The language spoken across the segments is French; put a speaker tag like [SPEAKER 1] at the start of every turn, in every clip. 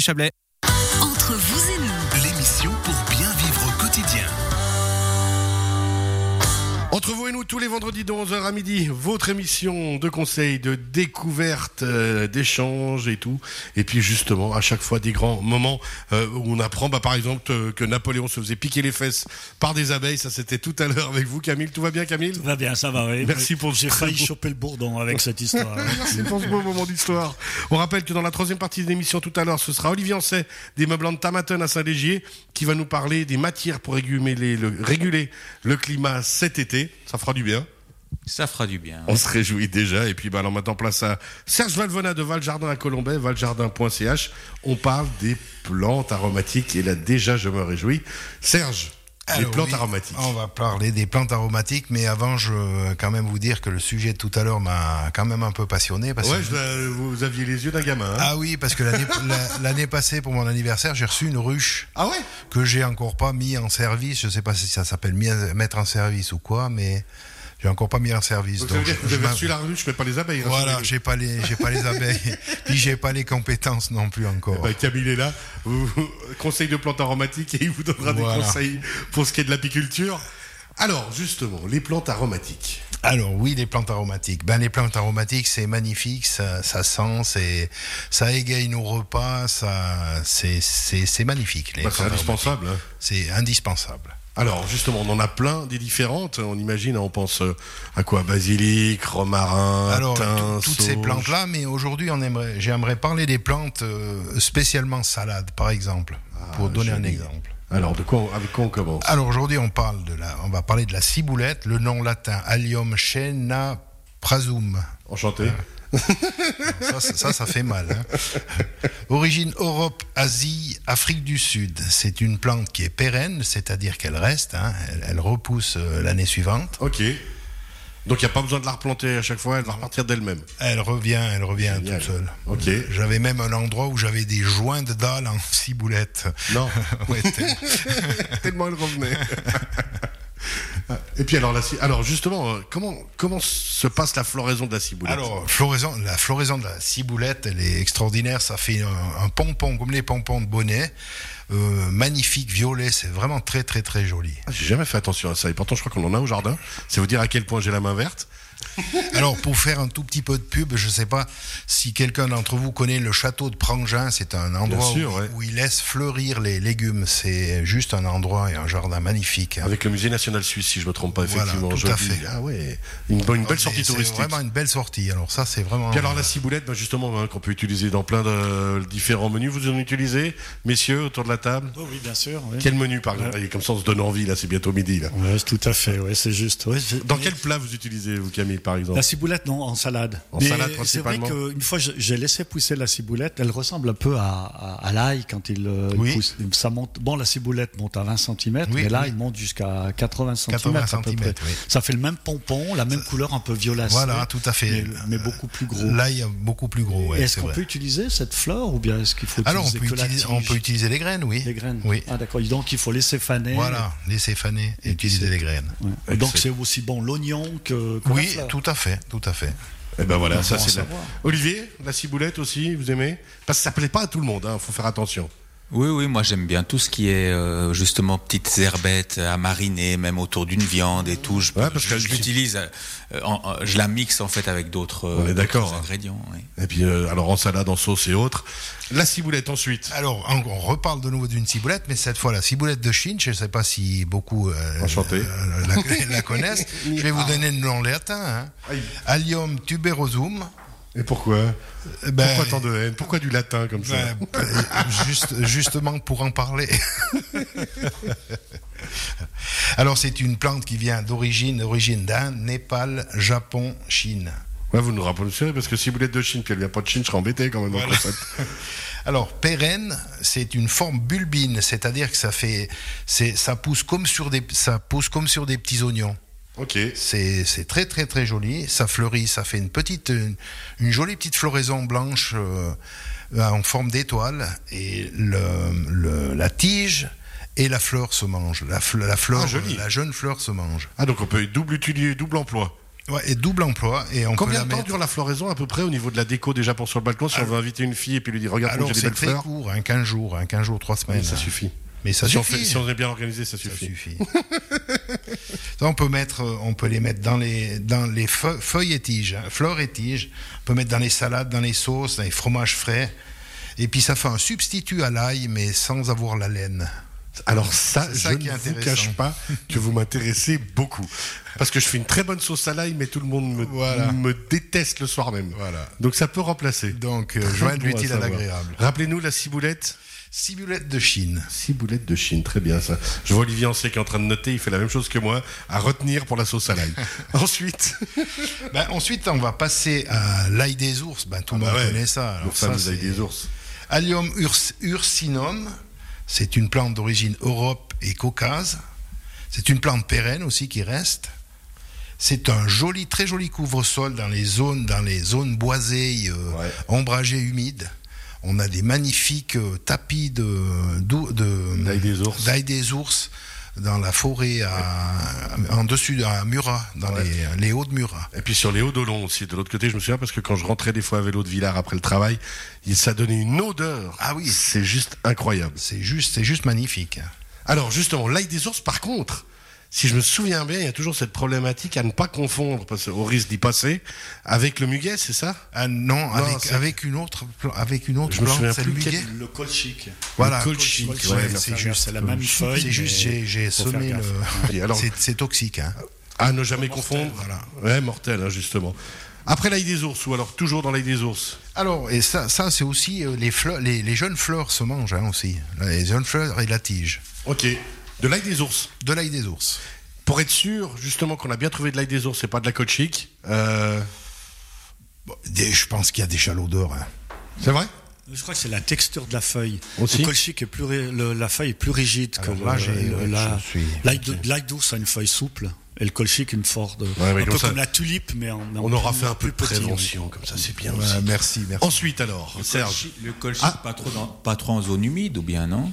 [SPEAKER 1] Chablais.
[SPEAKER 2] Entre vous et nous,
[SPEAKER 3] L'émission pour bien vivre au quotidien.
[SPEAKER 4] Entre vous et nous, tous les vendredis de 11h à midi, votre émission de conseils, de découverte, euh, d'échanges et tout. Et puis justement, à chaque fois, des grands moments euh, où on apprend, bah, par exemple, euh, que Napoléon se faisait piquer les fesses par des abeilles. Ça, c'était tout à l'heure avec vous, Camille. Tout va bien, Camille
[SPEAKER 5] Tout va bien, ça va. oui.
[SPEAKER 4] Merci pour le
[SPEAKER 5] J'ai
[SPEAKER 4] très
[SPEAKER 5] failli
[SPEAKER 4] beau-
[SPEAKER 5] choper le bourdon avec cette histoire. hein.
[SPEAKER 4] Merci pour ce beau moment d'histoire. On rappelle que dans la troisième partie de l'émission tout à l'heure, ce sera Olivier Ancet des meublants de Tamaton à Saint-Légier qui va nous parler des matières pour réguler le, réguler le climat cet été. Ça fera du bien.
[SPEAKER 6] Ça fera du bien.
[SPEAKER 4] On se réjouit déjà. Et puis, bah, alors maintenant, place à Serge Valvona de Valjardin à Colombay, valjardin.ch. On parle des plantes aromatiques. Et là, déjà, je me réjouis. Serge, les
[SPEAKER 7] Alors,
[SPEAKER 4] plantes
[SPEAKER 7] oui,
[SPEAKER 4] aromatiques.
[SPEAKER 7] On va parler des plantes aromatiques, mais avant, je veux quand même vous dire que le sujet de tout à l'heure m'a quand même un peu passionné. Parce
[SPEAKER 4] Ouais,
[SPEAKER 7] que...
[SPEAKER 4] je- euh, vous aviez les yeux d'un gamin. hein.
[SPEAKER 7] Ah oui, parce que l'année- la- l'année passée, pour mon anniversaire, j'ai reçu une ruche
[SPEAKER 4] Ah ouais
[SPEAKER 7] que j'ai encore pas mis en service. Je sais pas si ça s'appelle mis- mettre en service ou quoi, mais j'ai encore pas mis en service.
[SPEAKER 4] Donc, ça veut
[SPEAKER 7] donc
[SPEAKER 4] dire
[SPEAKER 7] je-
[SPEAKER 4] que vous
[SPEAKER 7] je
[SPEAKER 4] avez
[SPEAKER 7] m'en-
[SPEAKER 4] reçu la ruche, mais pas les abeilles. hein,
[SPEAKER 7] Voilà,
[SPEAKER 4] rassurez-vous.
[SPEAKER 7] j'ai pas les, j'ai pas les abeilles, puis j'ai pas les compétences non plus encore.
[SPEAKER 4] Bah, Camille est là, vous- vous- conseil de plantes aromatiques et il vous donnera des
[SPEAKER 7] Voilà.
[SPEAKER 4] conseils pour ce qui est de l'apiculture. Alors, justement, les plantes aromatiques.
[SPEAKER 7] Alors oui, les plantes aromatiques. Ben les plantes aromatiques, c'est magnifique, ça, ça sent, c'est, ça égaye nos repas, ça, c'est, c'est, c'est magnifique. les
[SPEAKER 4] Bah, c'est
[SPEAKER 7] plantes
[SPEAKER 4] indispensable. hein.
[SPEAKER 7] aromatiques. C'est indispensable.
[SPEAKER 4] Alors, justement, on en a plein des différentes. On imagine, on pense euh, à quoi Basilic, romarin,
[SPEAKER 7] Alors
[SPEAKER 4] thym,
[SPEAKER 7] tout- toutes ces
[SPEAKER 4] sauge.
[SPEAKER 7] plantes-là, mais aujourd'hui, on aimerait, j'aimerais parler des plantes euh, spécialement salades, par exemple, pour donner un
[SPEAKER 4] Ah, joli.
[SPEAKER 7] exemple.
[SPEAKER 4] Alors, de quoi, on- avec quoi on commence
[SPEAKER 7] Alors aujourd'hui, on parle de la, on va parler de la ciboulette, le nom latin Allium chenaprazum.
[SPEAKER 4] Enchanté.
[SPEAKER 7] Ça, ça, ça, ça fait mal. hein. Origine Europe, Asie, Afrique du Sud. C'est une plante qui est pérenne, c'est-à-dire qu'elle reste, hein, elle, elle repousse euh, l'année suivante.
[SPEAKER 4] Ok. Donc, il n'y a pas besoin de la replanter à chaque fois, elle va repartir d'elle-même.
[SPEAKER 7] Elle revient, elle revient
[SPEAKER 4] Génial.
[SPEAKER 7] toute seule.
[SPEAKER 4] Ok.
[SPEAKER 7] J'avais même un endroit où j'avais des joints de dalles en ciboulette.
[SPEAKER 4] Non.
[SPEAKER 7] Ouais, t'es-
[SPEAKER 4] Tellement elle revenait. Et puis alors, la ci- alors justement, euh, comment, comment se passe la floraison de la ciboulette
[SPEAKER 7] Alors, floraison, la floraison de la ciboulette, elle est extraordinaire. Ça fait un, un pompon comme les pompons de bonnet. Euh, magnifique, violet, c'est vraiment très très très joli.
[SPEAKER 4] Ah, J'ai jamais fait attention à ça, et pourtant je crois qu'on en a au jardin. C'est vous dire à quel point j'ai la main verte.
[SPEAKER 7] Alors, pour faire un tout petit peu de pub, je ne sais pas si quelqu'un d'entre vous connaît le château de Prangin. C'est un endroit
[SPEAKER 4] Bien sûr,
[SPEAKER 7] où,
[SPEAKER 4] ouais.
[SPEAKER 7] où il laisse fleurir les légumes. C'est juste un endroit et un jardin magnifique. hein.
[SPEAKER 4] Avec le musée national suisse, si je me trompe pas,
[SPEAKER 7] Voilà,
[SPEAKER 4] effectivement.
[SPEAKER 7] tout
[SPEAKER 4] joli.
[SPEAKER 7] à fait. Ah,
[SPEAKER 4] Ah ouais, une, bonne- une belle
[SPEAKER 7] Mais
[SPEAKER 4] sortie touristique.
[SPEAKER 7] C'est vraiment une belle sortie. Alors ça, c'est vraiment.
[SPEAKER 4] Puis alors la ciboulette, ben, justement, hein, qu'on peut utiliser dans plein de euh, différents menus. Vous en utilisez, messieurs, autour de la table
[SPEAKER 5] Oh oui, bien sûr. oui.
[SPEAKER 4] Quel menu, par exemple Et Comme ça, on se donne envie, là, c'est bientôt midi. Là.
[SPEAKER 5] Ouais, c'est tout à fait, ouais, c'est juste. ouais, c'est-
[SPEAKER 4] Dans
[SPEAKER 5] mais-
[SPEAKER 4] quel plat vous utilisez, vous, Camille, par exemple
[SPEAKER 5] La ciboulette, non, en salade.
[SPEAKER 4] En salade, principalement.
[SPEAKER 5] C'est vrai qu'une fois, je- j'ai laissé pousser la ciboulette. Elle ressemble un peu à, à- à l'ail quand il euh, il
[SPEAKER 7] Oui.
[SPEAKER 5] pousse. Ça monte, bon, la ciboulette monte à 20 cm,
[SPEAKER 7] Oui,
[SPEAKER 5] mais là,
[SPEAKER 7] oui.
[SPEAKER 5] il monte jusqu'à 80 cm.
[SPEAKER 7] 80
[SPEAKER 5] à peu près.
[SPEAKER 7] centimètres, oui.
[SPEAKER 5] Ça fait le même pompon, la même couleur un peu violacée.
[SPEAKER 7] Voilà, tout à fait.
[SPEAKER 5] Mais, mais beaucoup plus gros.
[SPEAKER 7] L'ail beaucoup plus gros. ouais,
[SPEAKER 5] Et est-ce
[SPEAKER 7] c'est
[SPEAKER 5] qu'on
[SPEAKER 7] vrai.
[SPEAKER 5] peut utiliser cette fleur ou bien est-ce qu'il faut
[SPEAKER 7] Alors on peut,
[SPEAKER 5] utiliser que la
[SPEAKER 7] utiliser, on
[SPEAKER 5] tige,
[SPEAKER 7] peut utiliser les graines, oui.
[SPEAKER 5] les graines
[SPEAKER 7] Oui.
[SPEAKER 5] Ah d'accord, donc il faut laisser faner.
[SPEAKER 7] Voilà, laisser faner et utiliser les graines.
[SPEAKER 5] Ouais. Et Donc c'est aussi bon l'oignon que, que la
[SPEAKER 7] Oui,
[SPEAKER 5] fleur.
[SPEAKER 7] tout à fait, tout à fait.
[SPEAKER 4] Eh ben voilà, ça
[SPEAKER 5] bon
[SPEAKER 4] c'est la...
[SPEAKER 5] à savoir.
[SPEAKER 4] Olivier, la ciboulette aussi, vous aimez Parce que ça plaît pas à tout le monde, hein, faut faire attention.
[SPEAKER 6] Oui, oui, moi j'aime bien tout ce qui est euh, justement petites herbettes à mariner, même autour d'une viande et tout. Je,
[SPEAKER 4] Ouais, parce que
[SPEAKER 6] je
[SPEAKER 4] tu-
[SPEAKER 6] l'utilise, euh, en- en- je la mixe en fait avec d'autres euh,
[SPEAKER 4] On est
[SPEAKER 6] d'autres
[SPEAKER 4] d'accord, hein.
[SPEAKER 6] ingrédients. oui.
[SPEAKER 4] Et puis euh, alors en salade, en sauce et autres. La ciboulette ensuite.
[SPEAKER 7] Alors, on, on reparle de nouveau d'une ciboulette, mais cette fois la ciboulette de Chine, je ne sais pas si beaucoup euh,
[SPEAKER 4] Enchanté.
[SPEAKER 7] euh, la, la connaissent. je vais vous donner le nom latin. hein.
[SPEAKER 4] Aïe.
[SPEAKER 7] Allium tuberosum.
[SPEAKER 4] Et pourquoi
[SPEAKER 7] Eh ben,
[SPEAKER 4] Pourquoi tant de haine Pourquoi du latin comme ça
[SPEAKER 7] ben, juste, justement pour en parler. Alors, c'est une plante qui vient d'origine, d'origine d'Inde, Népal, Japon, Chine.
[SPEAKER 4] Ouais, Vous nous rappelez parce que ciboulette de Chine, puis elle vient pas de Chine, je serais embêté quand même. dans le concept.
[SPEAKER 7] Alors, pérenne, c'est une forme bulbine, c'est-à-dire que ça fait, c'est, ça pousse comme sur des, ça pousse comme sur des petits oignons.
[SPEAKER 4] ok.
[SPEAKER 7] C'est, c'est très très très joli, ça fleurit, ça fait une petite, une, une jolie petite floraison blanche euh, en forme d'étoile et le, le- la tige et la fleur se mangent. La, fle- la fleur,
[SPEAKER 4] Ah, joli.
[SPEAKER 7] la jeune fleur se mange.
[SPEAKER 4] Ah donc on peut double utiliser, double emploi.
[SPEAKER 7] ouais, et double emploi. Et on peut
[SPEAKER 4] Combien
[SPEAKER 7] la
[SPEAKER 4] de temps
[SPEAKER 7] mettre-
[SPEAKER 4] dure la floraison à peu près au niveau de la déco déjà pour sur le balcon si on veut inviter une fille et puis lui dire regarde
[SPEAKER 7] Alors
[SPEAKER 4] j'ai des
[SPEAKER 7] c'est
[SPEAKER 4] belles
[SPEAKER 7] très
[SPEAKER 4] fleurs
[SPEAKER 7] court, hein, 15 jours, hein, 15 jours, 3 semaines.
[SPEAKER 4] Oui, ça
[SPEAKER 7] hein.
[SPEAKER 4] suffit.
[SPEAKER 7] Mais ça
[SPEAKER 4] si, on
[SPEAKER 7] suffit.
[SPEAKER 4] fait- si on est bien organisé, ça
[SPEAKER 7] Ça
[SPEAKER 4] suffit.
[SPEAKER 7] suffit. Ça, on peut mettre, euh, on peut les mettre dans les dans les feu- feuilles et tiges, hein, fleurs et tiges. On peut mettre dans les salades, dans les sauces, dans les fromages frais. Et puis ça fait un substitut à l'ail, mais sans avoir la laine.
[SPEAKER 4] Alors ça,
[SPEAKER 7] C'est ça
[SPEAKER 4] je
[SPEAKER 7] qui est
[SPEAKER 4] ne vous
[SPEAKER 7] intéressant.
[SPEAKER 4] cache pas que vous m'intéressez beaucoup. Parce que je fais une très bonne sauce à l'ail, mais tout le monde me,
[SPEAKER 7] Voilà.
[SPEAKER 4] me déteste le soir même.
[SPEAKER 7] Voilà.
[SPEAKER 4] Donc ça peut remplacer.
[SPEAKER 7] Donc, euh,
[SPEAKER 4] Très
[SPEAKER 7] joindre
[SPEAKER 4] bon à
[SPEAKER 7] l'utile à
[SPEAKER 4] savoir.
[SPEAKER 7] l'agréable.
[SPEAKER 4] Rappelez-nous la ciboulette.
[SPEAKER 7] Ciboulette de Chine.
[SPEAKER 4] Ciboulette de Chine, très bien ça. Je vois Olivier Ancet qui est en train de noter, il fait la même chose que moi, à retenir pour la sauce à l'ail. Ensuite,
[SPEAKER 7] Ben, ensuite, on va passer à l'ail des ours. Ben, tout le monde
[SPEAKER 4] bah ouais.
[SPEAKER 7] connaît ça. Alors
[SPEAKER 4] le
[SPEAKER 7] ça,
[SPEAKER 4] fameux ail
[SPEAKER 7] c'est-
[SPEAKER 4] des ours.
[SPEAKER 7] Allium urs- ursinum, c'est une plante d'origine Europe et Caucase. C'est une plante pérenne aussi qui reste. C'est un joli, très joli couvre-sol dans les zones, dans les zones boisées, euh,
[SPEAKER 4] Ouais.
[SPEAKER 7] ombragées, humides. On a des magnifiques euh, tapis de d'ou- de-
[SPEAKER 4] D'ail des ours.
[SPEAKER 7] d'ail des ours dans la forêt à- en dessus à Murat, dans les, les hauts de Murat.
[SPEAKER 4] Et puis sur les hauts d'Olon aussi, de l'autre côté, je me souviens parce que quand je rentrais des fois à vélo de Villars après le travail, il- ça donnait une odeur.
[SPEAKER 7] Ah oui.
[SPEAKER 4] C'est juste incroyable.
[SPEAKER 7] C'est juste, c'est juste magnifique.
[SPEAKER 4] Alors justement, l'ail des ours, par contre, si je me souviens bien, il y a toujours cette problématique à ne pas confondre, parce que- au risque d'y passer, avec le muguet, c'est ça
[SPEAKER 7] Ah non, avec,
[SPEAKER 4] c'est-
[SPEAKER 7] avec une autre, pla- avec une autre
[SPEAKER 4] Je me
[SPEAKER 7] plante,
[SPEAKER 4] souviens
[SPEAKER 7] c'est le
[SPEAKER 4] plus
[SPEAKER 7] muguet.
[SPEAKER 5] Le colchic.
[SPEAKER 7] Voilà,
[SPEAKER 4] Le colchic,
[SPEAKER 7] colchic,
[SPEAKER 4] ouais,
[SPEAKER 7] ouais,
[SPEAKER 4] faut
[SPEAKER 7] c'est
[SPEAKER 5] faire
[SPEAKER 7] juste,
[SPEAKER 5] gaffe, c'est la même feuille,
[SPEAKER 7] C'est juste,
[SPEAKER 5] mais
[SPEAKER 7] j'ai- j'ai
[SPEAKER 5] faut faire
[SPEAKER 7] semé
[SPEAKER 5] gaffe.
[SPEAKER 4] Et
[SPEAKER 7] le.
[SPEAKER 4] alors-
[SPEAKER 7] C'est- C'est toxique. hein.
[SPEAKER 4] À ne jamais confondre. Ouais, mortel, hein, justement. Après l'ail des ours, ou alors toujours dans l'ail des ours.
[SPEAKER 7] Alors, et ça, ça c'est aussi euh, les fleurs, les, les jeunes fleurs se mangent hein, aussi. Les jeunes fleurs et la tige.
[SPEAKER 4] Ok. De l'ail des ours.
[SPEAKER 7] De l'ail des ours.
[SPEAKER 4] Pour être sûr, justement, qu'on a bien trouvé de l'ail des ours et pas de la côte chic. euh,
[SPEAKER 7] Bon, des- je pense qu'il y a des chalaudeurs. hein.
[SPEAKER 4] C'est vrai
[SPEAKER 5] Je crois que c'est la texture de la feuille.
[SPEAKER 4] Aussi. Ah,
[SPEAKER 5] le colchic est plus ri- le- la feuille est plus rigide
[SPEAKER 7] Alors
[SPEAKER 5] que
[SPEAKER 7] là,
[SPEAKER 5] le-
[SPEAKER 7] j'ai-
[SPEAKER 5] le-
[SPEAKER 7] ouais,
[SPEAKER 5] la-
[SPEAKER 7] je suis-
[SPEAKER 5] l'ail de- l'ail d'ours a une feuille souple et le colchic une forte, un
[SPEAKER 4] mais
[SPEAKER 5] peu
[SPEAKER 4] comme ça-
[SPEAKER 5] comme la tulipe mais en, mais en
[SPEAKER 4] On aura
[SPEAKER 5] plus-
[SPEAKER 4] fait un peu de
[SPEAKER 5] plus petit, oui.
[SPEAKER 4] prévention, comme ça, c'est bien
[SPEAKER 7] Ouais,
[SPEAKER 4] aussi.
[SPEAKER 7] merci, merci.
[SPEAKER 4] Ensuite, alors, Serge. Ah.
[SPEAKER 6] Le colchic, pas, trop dans- pas trop en zone humide ou bien, non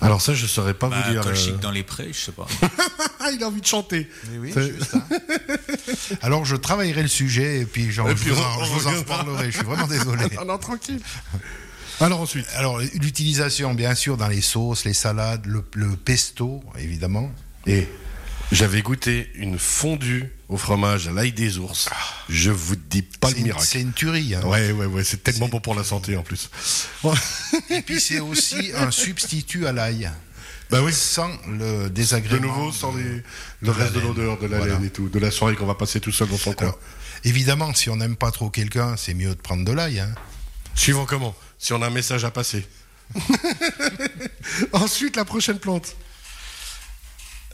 [SPEAKER 4] Alors ça, je saurais pas
[SPEAKER 6] bah,
[SPEAKER 4] vous dire.
[SPEAKER 6] Colchic
[SPEAKER 4] euh.
[SPEAKER 6] dans les prés, je sais pas.
[SPEAKER 4] Ah, il a envie de chanter. C'est-
[SPEAKER 7] Alors, je travaillerai le sujet et puis, genre, je
[SPEAKER 4] Et puis,
[SPEAKER 7] vous
[SPEAKER 4] on-
[SPEAKER 7] en, je
[SPEAKER 4] on
[SPEAKER 7] vous en
[SPEAKER 4] regarde.
[SPEAKER 7] reparlerai. Je suis vraiment désolé.
[SPEAKER 4] Ah non, tranquille. Alors ensuite.
[SPEAKER 7] Alors, l'utilisation, bien sûr, dans les sauces, les salades, le, le pesto, évidemment.
[SPEAKER 4] Et j'avais goûté une fondue au fromage à l'ail des ours. Je vous dis pas le
[SPEAKER 7] C'est une-
[SPEAKER 4] miracle.
[SPEAKER 7] C'est une tuerie. hein.
[SPEAKER 4] Ouais, ouais, ouais, c'est tellement bon pour la santé en plus.
[SPEAKER 7] Et puis c'est aussi un substitut à l'ail.
[SPEAKER 4] Bah oui.
[SPEAKER 7] Sans le
[SPEAKER 4] De
[SPEAKER 7] désagrément.
[SPEAKER 4] nouveau, sans les-
[SPEAKER 7] de
[SPEAKER 4] le reste de
[SPEAKER 7] la laine.
[SPEAKER 4] l'odeur, de la
[SPEAKER 7] Voilà.
[SPEAKER 4] laine et tout, de la soirée qu'on va passer tout seul dans son coin.
[SPEAKER 7] Alors, évidemment, si on n'aime pas trop quelqu'un, c'est mieux de prendre de l'ail. hein.
[SPEAKER 4] Suivant comment Si on a un message à passer. ensuite, la prochaine plante.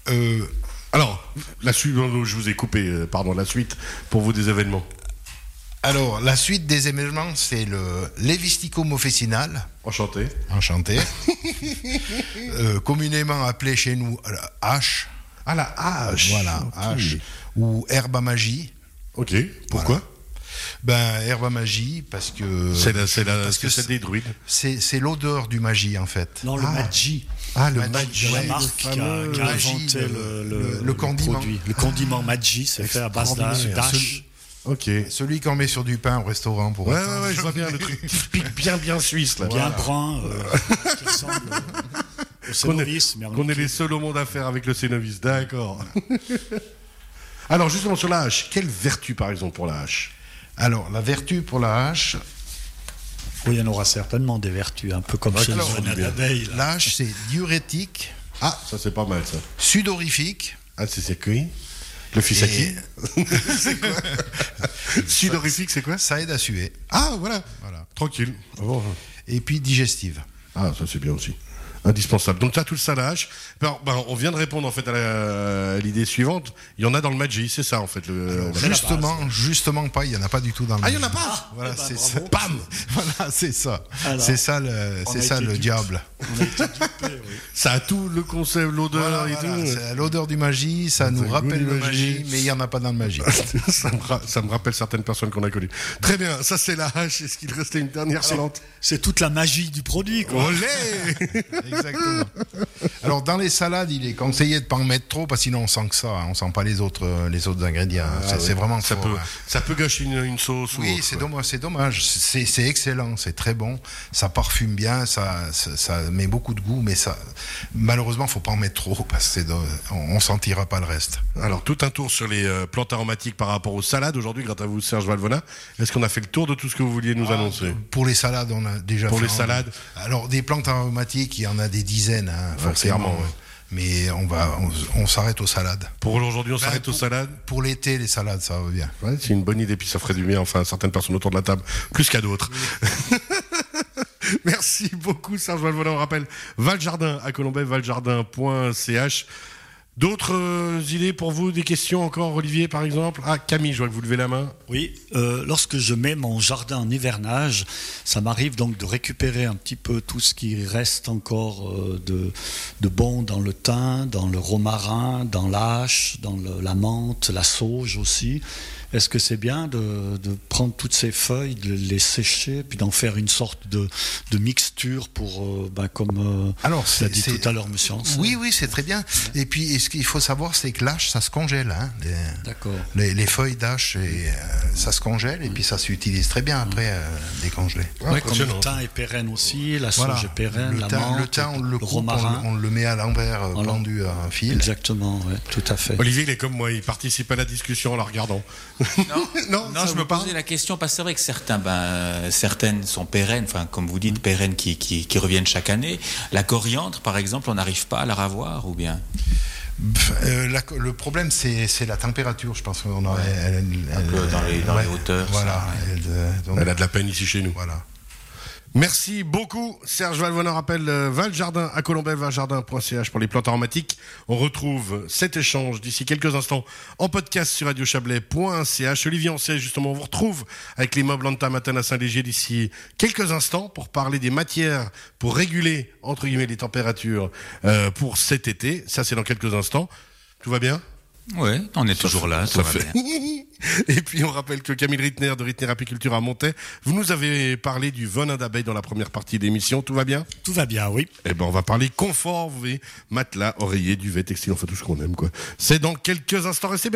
[SPEAKER 7] Euh,
[SPEAKER 4] Alors, la suite, je vous ai coupé, euh, pardon, la suite pour vous des événements.
[SPEAKER 7] alors, la suite des événements, c'est le lévisticum officinal,
[SPEAKER 4] Enchanté.
[SPEAKER 7] enchanté, euh, communément appelé chez nous la hache,
[SPEAKER 4] Ah la hache.
[SPEAKER 7] voilà,
[SPEAKER 4] Ok.
[SPEAKER 7] hache, ou herbe à magie.
[SPEAKER 4] Ok. Pourquoi
[SPEAKER 7] Ben, herbe à magie, parce que
[SPEAKER 4] C'est la, c'est la,
[SPEAKER 7] parce
[SPEAKER 4] c'est Euh, que
[SPEAKER 7] que
[SPEAKER 4] c'est des druides.
[SPEAKER 7] c'est c'est l'odeur du magie, en fait.
[SPEAKER 5] Non, le Maggi.
[SPEAKER 7] Ah, le Maggi,
[SPEAKER 5] Maggi, de la
[SPEAKER 7] le
[SPEAKER 5] marque qui a-
[SPEAKER 7] fameux
[SPEAKER 5] qui a,
[SPEAKER 7] Maggi,
[SPEAKER 5] inventé
[SPEAKER 7] le-
[SPEAKER 5] le,
[SPEAKER 7] le- le condiment.
[SPEAKER 5] produit. Le condiment Maggi, c'est fait à base d'âche.
[SPEAKER 7] Extraordinaire.
[SPEAKER 5] d'âche.
[SPEAKER 4] Ok.
[SPEAKER 7] Celui qu'on met sur du pain au restaurant pour
[SPEAKER 4] Ouais,
[SPEAKER 7] autant.
[SPEAKER 4] ouais, ouais, je vois bien le truc typique bien, bien suisse là.
[SPEAKER 5] bien brun, euh, qui ressemble euh, au
[SPEAKER 4] Qu'on est,
[SPEAKER 5] cénovis, mais en-
[SPEAKER 4] qu'on est les seuls au monde à faire avec le Cénovis, d'accord. Alors justement sur la hache, quelle vertu par exemple pour la hache
[SPEAKER 7] Alors, la vertu pour la hache,
[SPEAKER 5] Oui, il y en aura certainement des vertus, un peu comme chez
[SPEAKER 4] Ah, clairement,
[SPEAKER 5] le
[SPEAKER 4] bien.
[SPEAKER 5] d'abeille.
[SPEAKER 7] la hache, c'est diurétique,
[SPEAKER 4] Ah, ça c'est pas mal ça.
[SPEAKER 7] sudorifique,
[SPEAKER 4] Ah c'est c'est qui Le fils à qui Sudorifique c'est quoi
[SPEAKER 7] ça aide à suer,
[SPEAKER 4] Ah voilà.
[SPEAKER 7] Voilà.
[SPEAKER 4] Tranquille. Ah, bon, hein.
[SPEAKER 7] et puis digestive.
[SPEAKER 4] Ah, ça c'est bien aussi. Indispensable. Donc t'as tout le salage. Alors, ben, on vient de répondre en fait à la- à l'idée suivante. Il y en a dans le Magi, c'est ça en fait. Le, la-
[SPEAKER 7] Justement, justement pas, il n'y en a pas du tout dans le
[SPEAKER 4] Ah, il y en a
[SPEAKER 7] Maggi.
[SPEAKER 4] pas
[SPEAKER 7] Voilà,
[SPEAKER 5] eh ben,
[SPEAKER 7] c'est
[SPEAKER 5] bravo.
[SPEAKER 7] ça. Bam Voilà, c'est ça.
[SPEAKER 5] Alors,
[SPEAKER 7] C'est ça le,
[SPEAKER 5] on
[SPEAKER 7] c'est
[SPEAKER 5] a
[SPEAKER 7] ça
[SPEAKER 5] été
[SPEAKER 7] le
[SPEAKER 5] dupes.
[SPEAKER 7] diable.
[SPEAKER 4] Ça a tout le concept, l'odeur
[SPEAKER 7] Voilà,
[SPEAKER 4] et
[SPEAKER 7] voilà,
[SPEAKER 4] tout.
[SPEAKER 7] Ah, c'est l'odeur du magie, ça
[SPEAKER 4] le
[SPEAKER 7] nous
[SPEAKER 4] goût
[SPEAKER 7] rappelle
[SPEAKER 4] du
[SPEAKER 7] le
[SPEAKER 4] magie.
[SPEAKER 7] magie, mais il n'y en a pas dans le magie.
[SPEAKER 4] ça, me ra- ça me rappelle certaines personnes qu'on a connues. Très bien, ça c'est la hache. Est-ce qu'il restait une dernière solante
[SPEAKER 5] C'est toute la magie du produit, quoi.
[SPEAKER 4] Olé
[SPEAKER 7] Exactement. Alors dans les salades, il est conseillé de pas en mettre trop parce que sinon on sent que ça, hein, on sent pas les autres euh, les autres ingrédients. hein. c'est c'est vraiment
[SPEAKER 4] ça
[SPEAKER 7] fort,
[SPEAKER 4] peut,
[SPEAKER 7] hein.
[SPEAKER 4] ça peut gâcher une, une sauce ou
[SPEAKER 7] Oui,
[SPEAKER 4] autre,
[SPEAKER 7] c'est
[SPEAKER 4] ouais.
[SPEAKER 7] dommage, c'est dommage. C'est c'est excellent, c'est très bon. Ça parfume bien, ça, ça, ça met beaucoup de goût, mais ça, malheureusement, faut pas en mettre trop parce que c'est do- on, on sentira pas le reste.
[SPEAKER 4] Alors, tout un tour sur les euh, plantes aromatiques par rapport aux salades aujourd'hui, grâce à vous, Serge Valvona. Est-ce qu'on a fait le tour de tout ce que vous vouliez nous annoncer
[SPEAKER 7] Pour les salades, on a déjà.
[SPEAKER 4] Pour
[SPEAKER 7] fait
[SPEAKER 4] les
[SPEAKER 7] un-
[SPEAKER 4] salades.
[SPEAKER 7] Alors des plantes aromatiques, il y en a des dizaines, hein, forcément.
[SPEAKER 4] clairement, ouais.
[SPEAKER 7] Mais on va, on, on s'arrête aux salades.
[SPEAKER 4] Bah, Pour aujourd'hui, on s'arrête aux
[SPEAKER 7] pour-
[SPEAKER 4] salades
[SPEAKER 7] Pour l'été, les salades, ça va bien.
[SPEAKER 4] Ouais, c'est une bonne idée, puis ça ferait du bien, enfin, à certaines personnes autour de la table, plus qu'à d'autres. Merci beaucoup, Serge Valvona. On rappelle Valjardin à Colombay, valjardin.ch. D'autres euh, idées pour vous, des questions encore, Olivier, par exemple Ah, Camille, je vois que vous levez la main.
[SPEAKER 5] Oui, euh, lorsque je mets mon jardin en hivernage, ça m'arrive donc de récupérer un petit peu tout ce qui reste encore euh, de, de bon dans le thym, dans le romarin, dans l'âche, dans le- la menthe, la sauge aussi. Est-ce que c'est bien de, de prendre toutes ces feuilles, de les sécher, puis d'en faire une sorte de, de mixture pour, euh, ben, comme euh,
[SPEAKER 7] Alors,
[SPEAKER 5] l'a
[SPEAKER 7] c'est-
[SPEAKER 5] dit
[SPEAKER 7] c'est-
[SPEAKER 5] tout à l'heure, monsieur Hansen.
[SPEAKER 7] Oui, oui, c'est très bien. Et puis, et ce qu'il faut savoir, c'est que l'âche, ça se congèle. hein. Les,
[SPEAKER 5] D'accord.
[SPEAKER 7] les- les feuilles d'âche, et, euh, ça se congèle et puis ça s'utilise très bien après euh, décongelé.
[SPEAKER 5] Ouais, comme
[SPEAKER 4] impressionnant.
[SPEAKER 5] le thym est pérenne aussi, la sauge
[SPEAKER 7] Voilà.
[SPEAKER 5] est pérenne,
[SPEAKER 7] le,
[SPEAKER 5] la
[SPEAKER 7] thym,
[SPEAKER 5] menthe,
[SPEAKER 7] le thym, on le coupe,
[SPEAKER 5] romarin.
[SPEAKER 7] on, on le met à l'envers, euh,
[SPEAKER 5] Voilà.
[SPEAKER 7] pendu à un fil.
[SPEAKER 5] Exactement, ouais, tout à fait.
[SPEAKER 4] Olivier, il est comme moi, il participe à la discussion en la regardant. Non,
[SPEAKER 6] Non,
[SPEAKER 4] ça
[SPEAKER 6] je
[SPEAKER 4] vous
[SPEAKER 6] me
[SPEAKER 4] parle
[SPEAKER 6] posais la question parce que c'est vrai que certains, ben, euh, certaines sont pérennes, enfin comme vous dites, pérennes qui, qui, qui reviennent chaque année. La coriandre, par exemple, on n'arrive pas à la ravoir ou bien.
[SPEAKER 7] Pff, euh, la co- le problème, c'est c'est la température. Je pense qu'on a. elle- elle-
[SPEAKER 6] Un peu
[SPEAKER 7] elle-
[SPEAKER 6] dans les- dans les hauteurs, ça,
[SPEAKER 7] Voilà. elle, euh, donc,
[SPEAKER 4] Elle a de la peine ici chez nous.
[SPEAKER 7] voilà.
[SPEAKER 4] Merci beaucoup, Serge Valvona. Rappelle euh, Valjardin à Colombay, valjardin.ch pour les plantes aromatiques. On retrouve cet échange d'ici quelques instants en podcast sur radiochablais.ch. Olivier Ancet, justement, on vous retrouve avec les meubles Anta Matin à Saint-Léger d'ici quelques instants pour parler des matières pour réguler, entre guillemets, les températures euh, pour cet été. Ça, c'est dans quelques instants. Tout va bien
[SPEAKER 6] Oui, on est toujours là. tout va bien.
[SPEAKER 4] et puis on rappelle que Camille Rittner de Rittner Apiculture à Montaix, vous nous avez parlé du venin d'abeille dans la première partie d'émission, tout va bien
[SPEAKER 5] Tout va bien, oui.
[SPEAKER 4] Eh ben on va parler confort, vous voyez, matelas, oreiller, duvet, textile, enfin tout ce qu'on aime quoi. C'est dans quelques instants, restez bien.